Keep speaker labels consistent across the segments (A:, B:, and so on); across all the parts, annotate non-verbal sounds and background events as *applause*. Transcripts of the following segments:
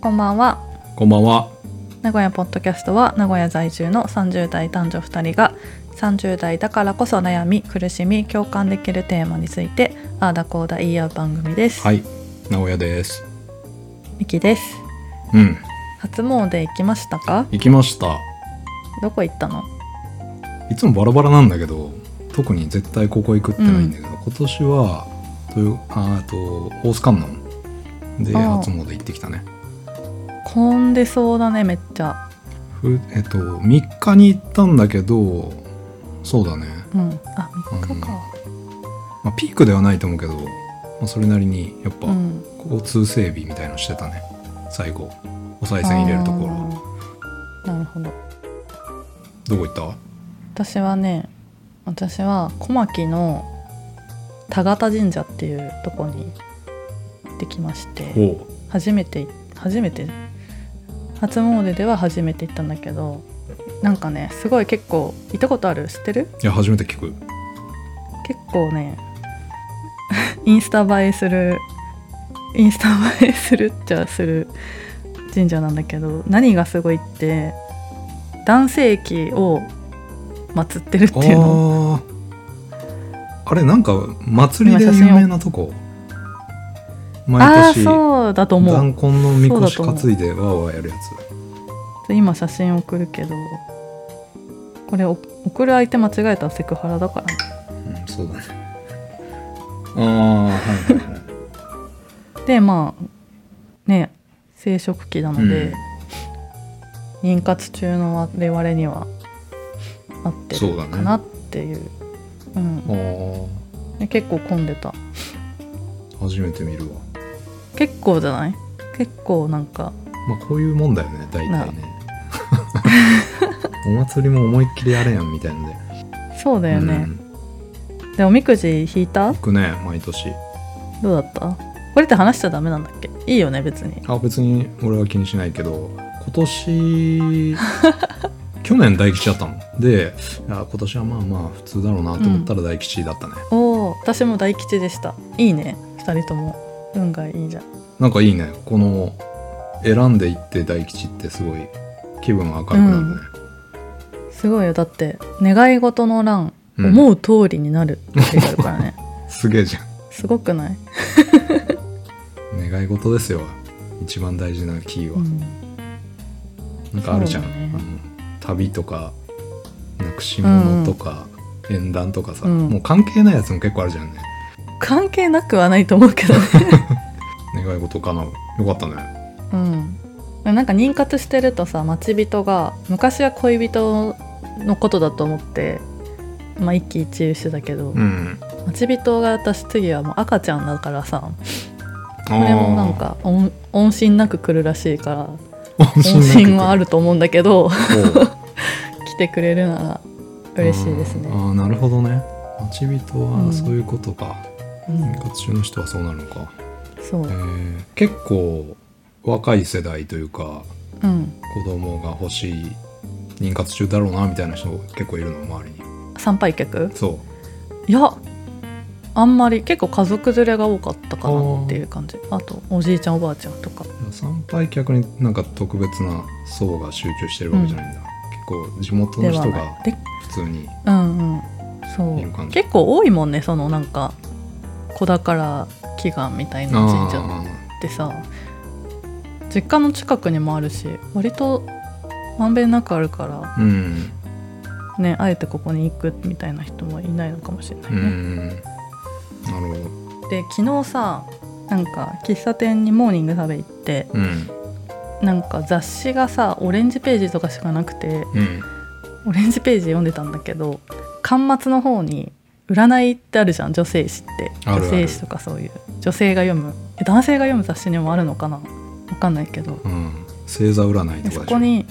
A: こんばんは
B: こんばんは。
A: 名古屋ポッドキャストは名古屋在住の30代男女2人が30代だからこそ悩み苦しみ共感できるテーマについてああだこうだ言い合う番組です、
B: はい、名古屋です。
A: みきです
B: うん、
A: 初詣行きましたか
B: 行きました。
A: どこ行ったの
B: いつもバラバラなんだけど、特に絶対ここ行くってないんだけど、今年はというあーと大須観音で
A: あー
B: 初詣行ってきたね。
A: 混んでそうだねめっちゃ
B: ふえっと3日に行ったんだけど、そうだね。
A: うんあ3日か
B: まあ、ピークではないと思うけど、まあ、それなりにやっぱ
A: うん
B: 交通整備みたいのしてたね。最後、お賽銭入れるところ。
A: あーなるほど
B: どこ行った？
A: 私はね私は小牧の田形神社っていうとこに行ってきまして
B: お
A: 初めて初めて初詣では初めて行ったんだけどなんかねすごい結構行ったことある知ってる
B: いや初めて聞く。
A: 結構ね *laughs* インスタ映えするインスタ映えするっちゃする神社なんだけど何がすごいって男性器を祀ってるっていうの
B: あああれなんか祭りで有名なとこ
A: ああ
B: 毎
A: ー
B: 年
A: そうだと思う
B: 弾痕のみこし
A: そうだと思う
B: 担いでわーわーやるや
A: 今写真送るけどこれお送る相手間違えたらセクハラだからね
B: つ、うん、そうだねああはいはいはい *laughs*
A: でまあね生殖期なので、
B: うん
A: 妊活中の我々には合って
B: そう
A: る
B: だね
A: かなっていうう、ん、
B: あ
A: で結構混んでた
B: あ初めて見るわ
A: 結構じゃない結構なんか
B: まあこういうもんだよね大体ね *laughs* お祭りも思いっきりやれやんみたいので
A: そう *laughs* だよね
B: う、ん、
A: でおみくじ引いた
B: 行くね毎年
A: どうだったこれって話しちゃダメなんだっけいいよね別に
B: あ別に俺は気にしないけど
A: *laughs*
B: 今年去年大吉だったのでいや今年はまあまあ普通だろうなと思ったら大吉だったね、
A: おお私も大吉でしたいいね2人とも運がいいじゃん
B: なんかいいねこの選んでいって大吉ってすごい気分が明るくなるね、
A: すごいよだって願い事の欄、
B: うん
A: 思う通りになるって書いてあるから
B: *laughs*
A: ね
B: すげえじゃ
A: すごくない、
B: ん願い事ですよ一番大事なキーは、
A: うん
B: なんかあるじゃん、
A: そうだね
B: あの旅とかなくし物とか、縁談とかさ、
A: うん
B: もう関係ないやつも結構あるじゃんね
A: 関係なくはないと思うけ
B: *laughs*
A: どね、
B: 願い事かなよかったね
A: うん、なんか妊活してるとさ待ち人が昔は恋人のことだと思って、まあ、一喜一憂してたけど、
B: うん
A: 待ち人が私次はもう赤ちゃんだからさ
B: あ
A: これもなんか音音信なく来るらしいから音信はあ
B: る
A: ると思うんだけど *laughs* 来てくれるなら嬉しいですね
B: あ。ーあーなるほどね待ち人
A: う
B: は
A: ん
B: そういうことか、
A: うん
B: 妊活中の人はそうなるのか、
A: そう
B: え、ー結構若い世代というか
A: うん、
B: 子供が欲しい妊活中だろうなみたいな人結構いるの周りに
A: 参拝客
B: そう
A: いやあんまり結構家族連れが多かったかなっていう感じあとおじいちゃんおばあちゃんとか
B: いや参拝客になんか特別な層が集中してるわけじゃないんだ、結構地元
A: で
B: の
A: は
B: 人
A: な
B: が
A: いで
B: 普通に
A: うんうんそ
B: いる感
A: う
B: じ
A: 結構多いもんねそのなんか子宝祈願みたいな神社
B: あ
A: ってさ実家の近くにもあるし割とまんべんなくあるから
B: ーうん
A: ねあえてここに行くみたいな人もいないのかもしれないうね、
B: んなるほど
A: で昨日さなんか喫茶店にモーニング食べ行って
B: うん
A: なんか雑誌がさオレンジページとかしかなくて
B: うん
A: オレンジページ読んでたんだけど巻末の方に占いってあるじゃん女性誌って
B: あるある
A: 女性誌とかそういう女性が読むえ男性が読む雑誌にもあるのかなわかんないけど
B: うん星座占いとかでし
A: そ
B: ょ
A: こに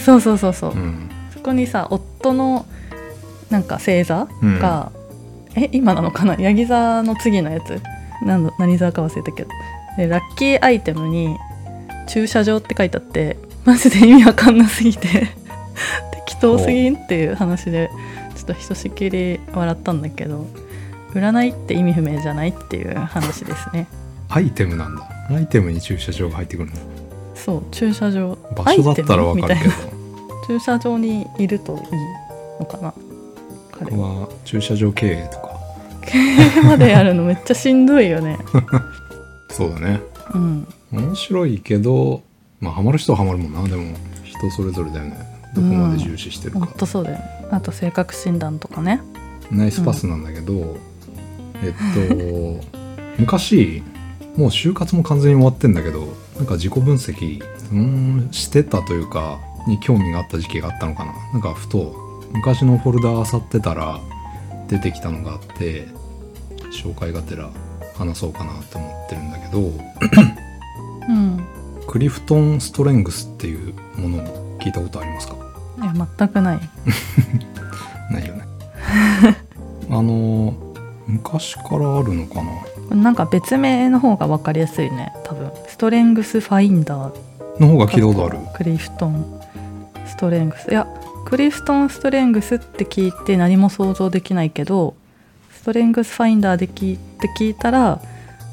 A: そうそうそうそう、
B: うん
A: そこにさ夫のなんか星座
B: うん
A: が、え今なのかなヤギ座の次のやつ何の何座か忘れたけどでラッキーアイテムに「駐車場」って書いてあってマジで意味わかんなすぎて *laughs* 適当すぎんっていう話でちょっとひとしきり笑ったんだけど占いって意味不明じゃないっていう話ですね
B: アイテムなんだアイテムに駐車場が入ってくるんだ
A: そう駐車場
B: 場所だったらわかる
A: アイテ
B: け
A: ムみ
B: ど
A: たいな駐車場にいるといいのかな彼
B: 僕
A: は
B: は駐車場経営とか
A: それまでやるのめっちゃしんどいよね
B: そうだね
A: うん
B: 面白いけどまあハマる人はハマるもんなでも人それぞれだよねどこまで重視してる
A: ほ
B: か
A: ん、とそうだよねあと性格診断とかね
B: ナイスパスなんだけど、えっと昔もう就活も完全に終わってんだけどなんか自己分析うんしてたというかに興味があった時期があったのかななんかふと昔のフォルダ漁ってたら出てきたのがあって紹介がてら話そうかなって思ってるんだけど
A: うん
B: クリフトン・ストレングスっていうものを聞いたことありますか
A: いや全くない
B: ないよねあの昔からあるのかな
A: なんか別名の方が分かりやすいね多分ストレングスファインダー
B: の方が聞いたことある
A: クリフトンストレングスいやクリフトンストレングスって聞いて何も想像できないけどストレングスファインダーで聞いて聞いたら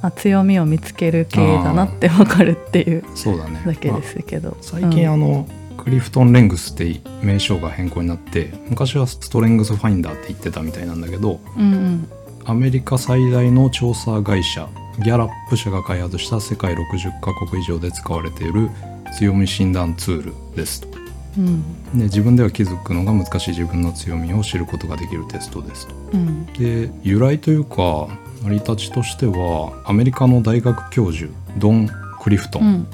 A: あ強みを見つける系だなって分かるっていう
B: そうだね
A: だけで
B: まあ
A: すけど、
B: 最近あの、クリフトン・レングスって名称が変更になって昔はストレングスファインダーって言ってたみたいなんだけど
A: うんうん
B: アメリカ最大の調査会社ギャラップ社が開発した世界60カ国以上で使われている強み診断ツールですと
A: うん
B: で自分では気づくのが難しい自分の強みを知ることができるテストですと
A: うん
B: で由来というか成り立ちとしてはアメリカの大学教授ドン・クリフトン、
A: うん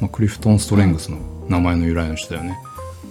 B: まあ、クリフトン・ストレングスの名前の由来の人だよね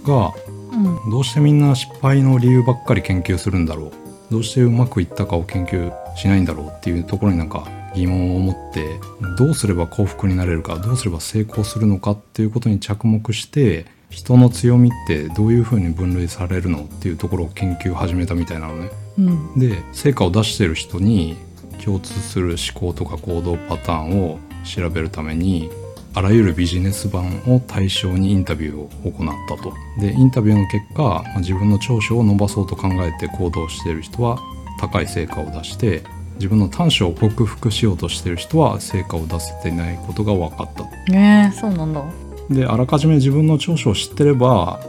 B: が
A: うん
B: どうしてみんな失敗の理由ばっかり研究するんだろうどうしてうまくいったかを研究しないんだろうっていうところになんか疑問を持ってどうすれば幸福になれるかどうすれば成功するのかっていうことに着目して人の強みってどういうふうに分類されるのっていうところを研究を始めたみたいなのね。
A: うん
B: で成果を出してる人に共通する思考とか行動パターンを調べるためにあらゆるビジネス版を対象にインタビューを行ったとでインタビューの結果、まあ自分の長所を伸ばそうと考えて行動している人は高い成果を出して自分の短所を克服しようとしている人は成果を出せていないことが分かった
A: ねえそうなんだ
B: であらかじめ自分の長所を知ってれば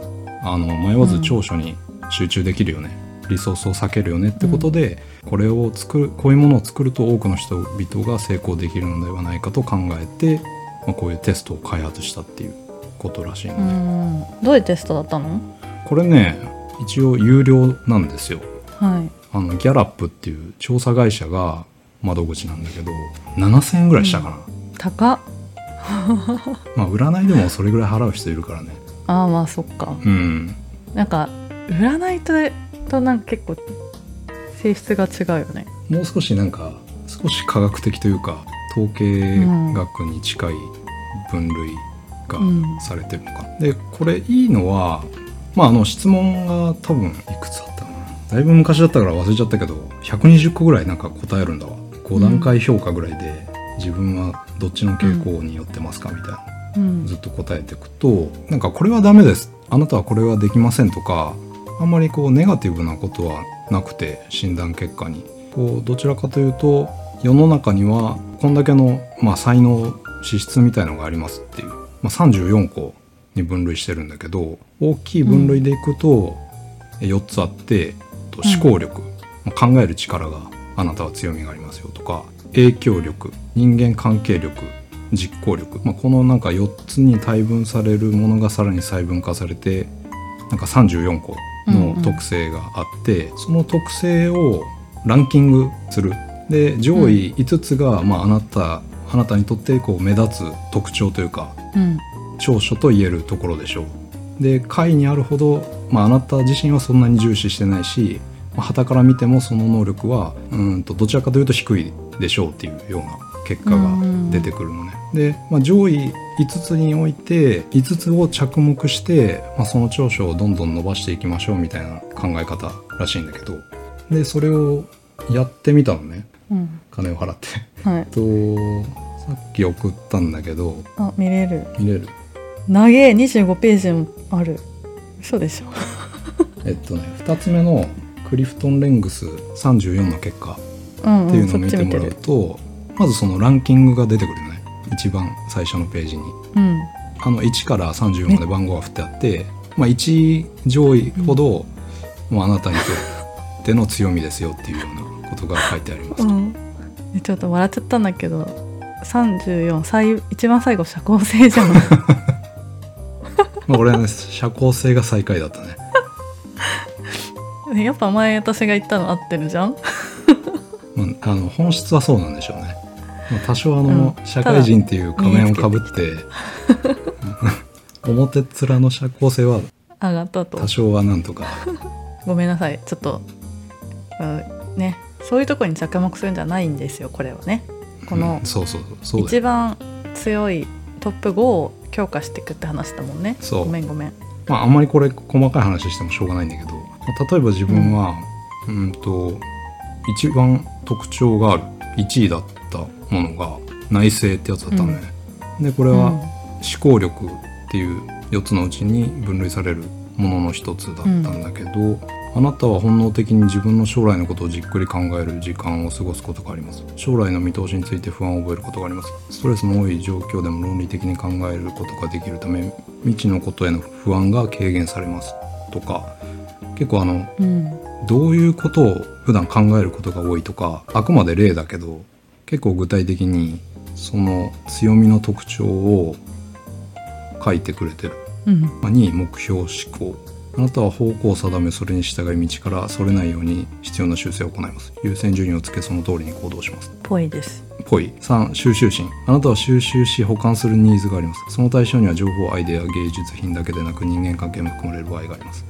B: あの迷わず長所に集中できるよね、リソースを避けるよねってことで、これを作るこういうものを作ると多くの人々が成功できるのではないかと考えて、まあこういうテストを開発したっていうことらしいの
A: う
B: で、
A: んどういうテストだったの
B: これね一応有料なんですよ
A: はい
B: あのギャラップっていう調査会社が窓口なんだけど7000円ぐらいしたかな、
A: 高っ
B: まあ占いでもそれぐらい払う人いるからね
A: ああまあそっか
B: うん
A: なんか占いととなんか結構性質が違うよね
B: もう少しなんか少し科学的というか統計学に近い分類が
A: うん
B: されてるのか、でこれいいのはまああの質問が多分いくつあったかなだいぶ昔だったから忘れちゃったけど120個ぐらいなんか答えるんだわ5段階評価ぐらいで自分はどっちの傾向によってますかみたいな
A: うん
B: ずっと答えていくとなんかこれはダメですあなたはこれはできませんとかあんまりこうネガティブなことはなくて診断結果にこうどちらかというと世の中にはこんだけの、まあ、才能資質みたいのがありますっていう、まあ、34個に分類してるんだけど大きい分類でいくと4つあって、と
A: うん
B: 思考力、まあ考える力があなたは強みがありますよとか影響力人間関係力実行力、まあ、このなんか4つに大分されるものがさらに細分化されてなんか34個の特性があって、その特性をランキングするで上位5つが、まあ、あなたあなたにとってこう目立つ特徴というか
A: うん
B: 長所と言えるところでしょうで下位にあるほど、まあ、あなた自身はそんなに重視してないしはたから見てもその能力はうーんとどちらかというと低いでしょうっていうような結果が出てくるのね。で、まあ、上位5つにおいて5つを着目して、まあ、その長所をどんどん伸ばしていきましょうみたいな考え方らしいんだけどでそれをやってみたのね
A: うん
B: 金を払って。
A: はい
B: えっとさっき送ったんだけど
A: あ見れる
B: 見れる
A: 長え25ページもある嘘でしょ
B: えっとね、2つ目のクリフトン・レングス34の結果
A: うん、、
B: っていううんの
A: そ
B: を
A: っ
B: 見
A: ち見
B: ても
A: て
B: らう
A: る
B: と、まずそのランキングが出てくるよね一番最初のページに
A: うん
B: あの1から30まで番号が振ってあって、まあ、1上位ほど、まあ、あなたにとっての強みですよっていうようなことが書いてあります。
A: うん、えちょっと笑っちゃったんだけど34最一番最後社交性じゃ *laughs* ん
B: まあ、俺はね社交性が最下位だったね。
A: ねやっぱ前私が言ったの合ってるじゃん
B: まあ、あの本質はそうなんでしょうね、まあ、多少あの、社会人っていう仮面をかぶって *laughs* 表っ面の社交性は
A: 上がったと
B: 多少はなんとか
A: ごめんなさいちょっと、うんねそういうとこに着目するんじゃないんですよこれはねこの
B: うんそうそうそうそうだ
A: 一
B: よ、
A: 番強いトップ5を強化していくって話だもんね
B: そう
A: ごめんごめん
B: まあ、あんまりこれ細かい話してもしょうがないんだけど、まあ例えば自分はうんと一番特徴がある1位だったものが内政ってやつだったのね、でこれは、思考力っていう4つのうちに分類されるものの一つだったんだけど、あなたは本能的に自分の将来のことをじっくり考える時間を過ごすことがあります将来の見通しについて不安を覚えることがありますストレスの多い状況でも論理的に考えることができるため未知のことへの不安が軽減されますとか結構あの
A: うん
B: どういうことを普段考えることが多いとかあくまで例だけど結構具体的にその強みの特徴を書いてくれてる。
A: うん
B: 2目標思考あなたは方向を定めそれに従い道からそれないように必要な修正を行います優先順位をつけその通りに行動します
A: ぽいです
B: ぽい3収集心あなたは収集し保管するニーズがありますその対象には情報アイデア芸術品だけでなく人間関係も含まれる場合があります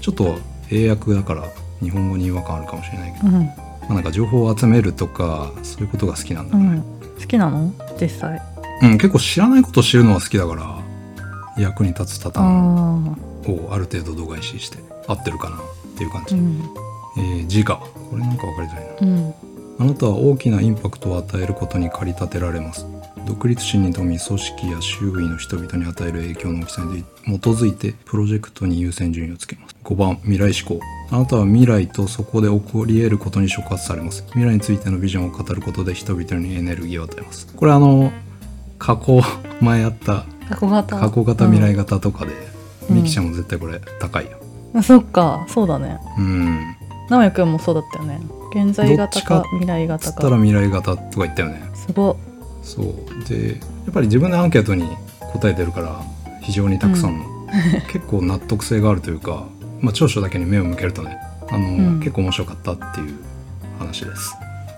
B: ちょっと英訳だから日本語に違和感あるかもしれないけど、
A: うん、
B: まあ、なんか情報を集めるとかそういうことが好きなんだ
A: う
B: ね、
A: ん、好きなの実際
B: うん結構知らないことを知るのは好きだから役に立つタタン
A: あ
B: をある程度度外視して合ってるかなっていう感
A: あう
B: じ、
A: ん
B: えー自我これなんか分かりづらいな
A: うん
B: あなたは大きなインパクトを与えることに駆り立てられます独立心に富み組織や周囲の人々に与える影響の大きさに基づいてプロジェクトに優先順位をつけます5番未来志向あなたは未来とそこで起こり得ることに触発されます未来についてのビジョンを語ることで人々にエネルギーを与えますこれあの過去前やった
A: 過去型
B: 過去型未来型とかで、
A: うん
B: ミキちゃんも絶対これ高いよ
A: うんあそっかそうだね
B: うん
A: 直哉くんもそうだったよね現在
B: どっ
A: 型
B: ちか
A: か未来
B: つ
A: 型
B: ったら
A: か
B: 未来型とか言ったよね
A: すご
B: そうでやっぱり自分のアンケートに答えてるから非常にたくさんの、結構納得性があるというか、まあ、長所だけに目を向けるとねあの、
A: うん
B: 結構面白かったっていう話です。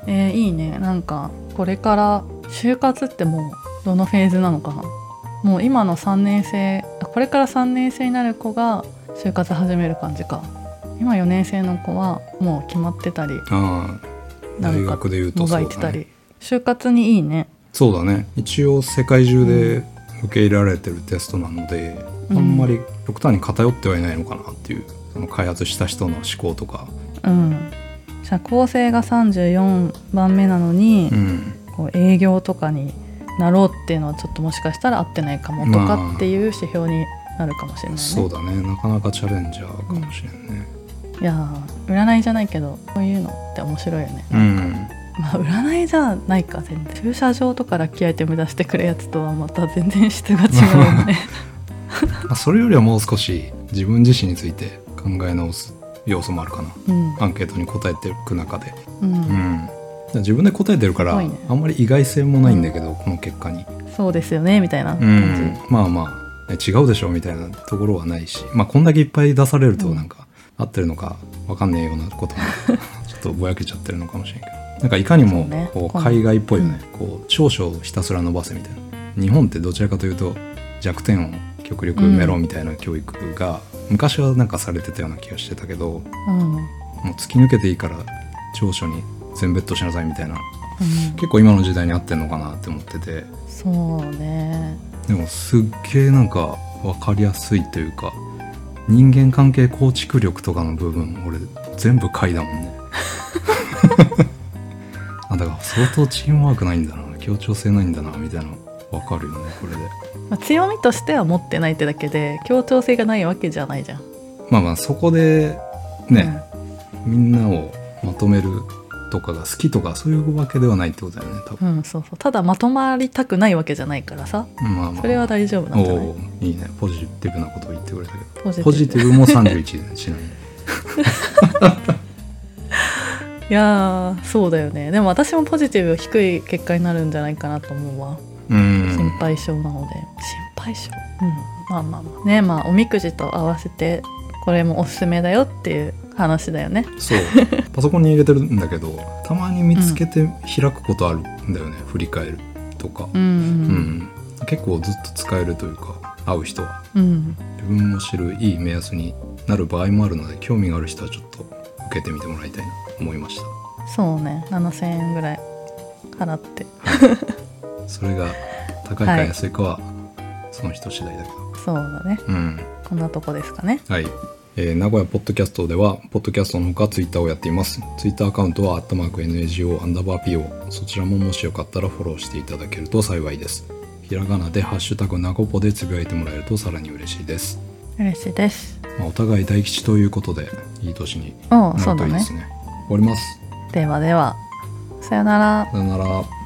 A: えーいいねなんかこれから就活ってもうどのフェーズなのかなもう今の3年生あこれから3年生になる子が就活始める感じか今4年生の子はもう決まってたり
B: ああ
A: なんか
B: 大学で言うと
A: も
B: そ
A: が
B: う
A: いて
B: だ
A: た
B: ね
A: り就活にいいね
B: そうだね一応世界中で受け入れられてるテストなので、
A: うん
B: あんまり極端に偏ってはいないのかなっていうその開発した人の思考とか、
A: うん社交性が34番目なのに、
B: うん、
A: こう営業とかになろうっていうのはちょっともしかしたら合ってないかもと
B: ま
A: か
B: あ
A: っていう指標になるかもしれないね。
B: そうだねなかなかチャレンジャーかもしれんね。
A: いやー占いじゃないけどこういうのって面白いよね。
B: うん
A: まあ占いじゃないか全然駐車場とかラッキーアイテム出してくるやつとはまた全然質が違うよね。
B: まあそれよりはもう少し自分自身について考え直す要素もあるかな
A: *laughs* うん
B: アンケートに答えていく中で、
A: う、
B: うんん、自分で答えてるから、
A: すごいね
B: あんまり意外性もないんだけど、この結果に、
A: そうですよねみたいな
B: う
A: 感じ。
B: ん、まあまあね違うでしょみたいなところはないし、まあ、こんだけいっぱい出されると
A: うん
B: なんか、合ってるのか分かんねえようなことも *laughs* ちょっとぼやけちゃってるのかもしれんけどなんかいかにも
A: そうね
B: こう
A: うん
B: 海外っぽいよね、こう長所をひたすら伸ばせみたいな日本ってどちらかというと弱点を極力埋めろみたいな教育が、昔はなんかされてたような気がしてたけど
A: うん、うん
B: もう突き抜けていいから長所に全ベッドしなさいみたいな結構今の時代に合ってんのかなって思ってて
A: そうね。
B: でもすっげえなんか分かりやすいというか人間関係構築力とかの部分俺全部いだもん
A: *laughs*
B: ねあだから相当チームワークないんだな協調性ないんだなみたいな分かるよねこれで
A: まあ、強みとしては持ってないってだけで協調性がないわけじゃないじゃん。
B: まあまあそこでね、みんなをまとめるとかが好きとかそういうわけではないってことだよね多
A: う
B: 分、
A: ん、そうそうただまとまりたくないわけじゃないからさ
B: まあまあ
A: それは大丈夫なんじゃない
B: おおいいねポジティブなことを言ってくれたけ
A: ポ
B: ど
A: ジティブ
B: ポジティブも31ち
A: *laughs*
B: なみに
A: いやーそうだよねでも私もポジティブ低い結果になるんじゃないかなと思うわ
B: う
A: 心
B: ん
A: 配性なので心配性うんまあまあまあねまあおみくじと合わせてこれもおすすめだよっていう話だよね
B: *laughs* そうパソコンに入れてるんだけどたまに見つけて開くことあるんだよね、振り返るとか、
A: うん
B: うん結構ずっと使えるというか会う人は
A: うんうん
B: 自分も知るいい目安になる場合もあるので興味がある人はちょっと受けてみてもらいたいなと思いまし
A: そうね7000円ぐらい払って
B: たそれが高いか安いかはその人次第だけど、
A: そうだね
B: うん
A: こんなとこですかね
B: はい、えー名古屋ポッドキャストではポッドキャストのほかツイッターをやっていますツイッターアカウントは「#NAGO アンダーバー PO」そちらももしよかったらフォローしていただけると幸いですひらがなで「ハッシュタグナゴポ」でつぶやいてもらえるとさらに嬉しいです、
A: 嬉しいです
B: まあ、お互い大吉ということでいい年に
A: おう
B: な
A: そう
B: ると
A: だ
B: い
A: ね
B: いですね終わります
A: ではではさよなら
B: さよなら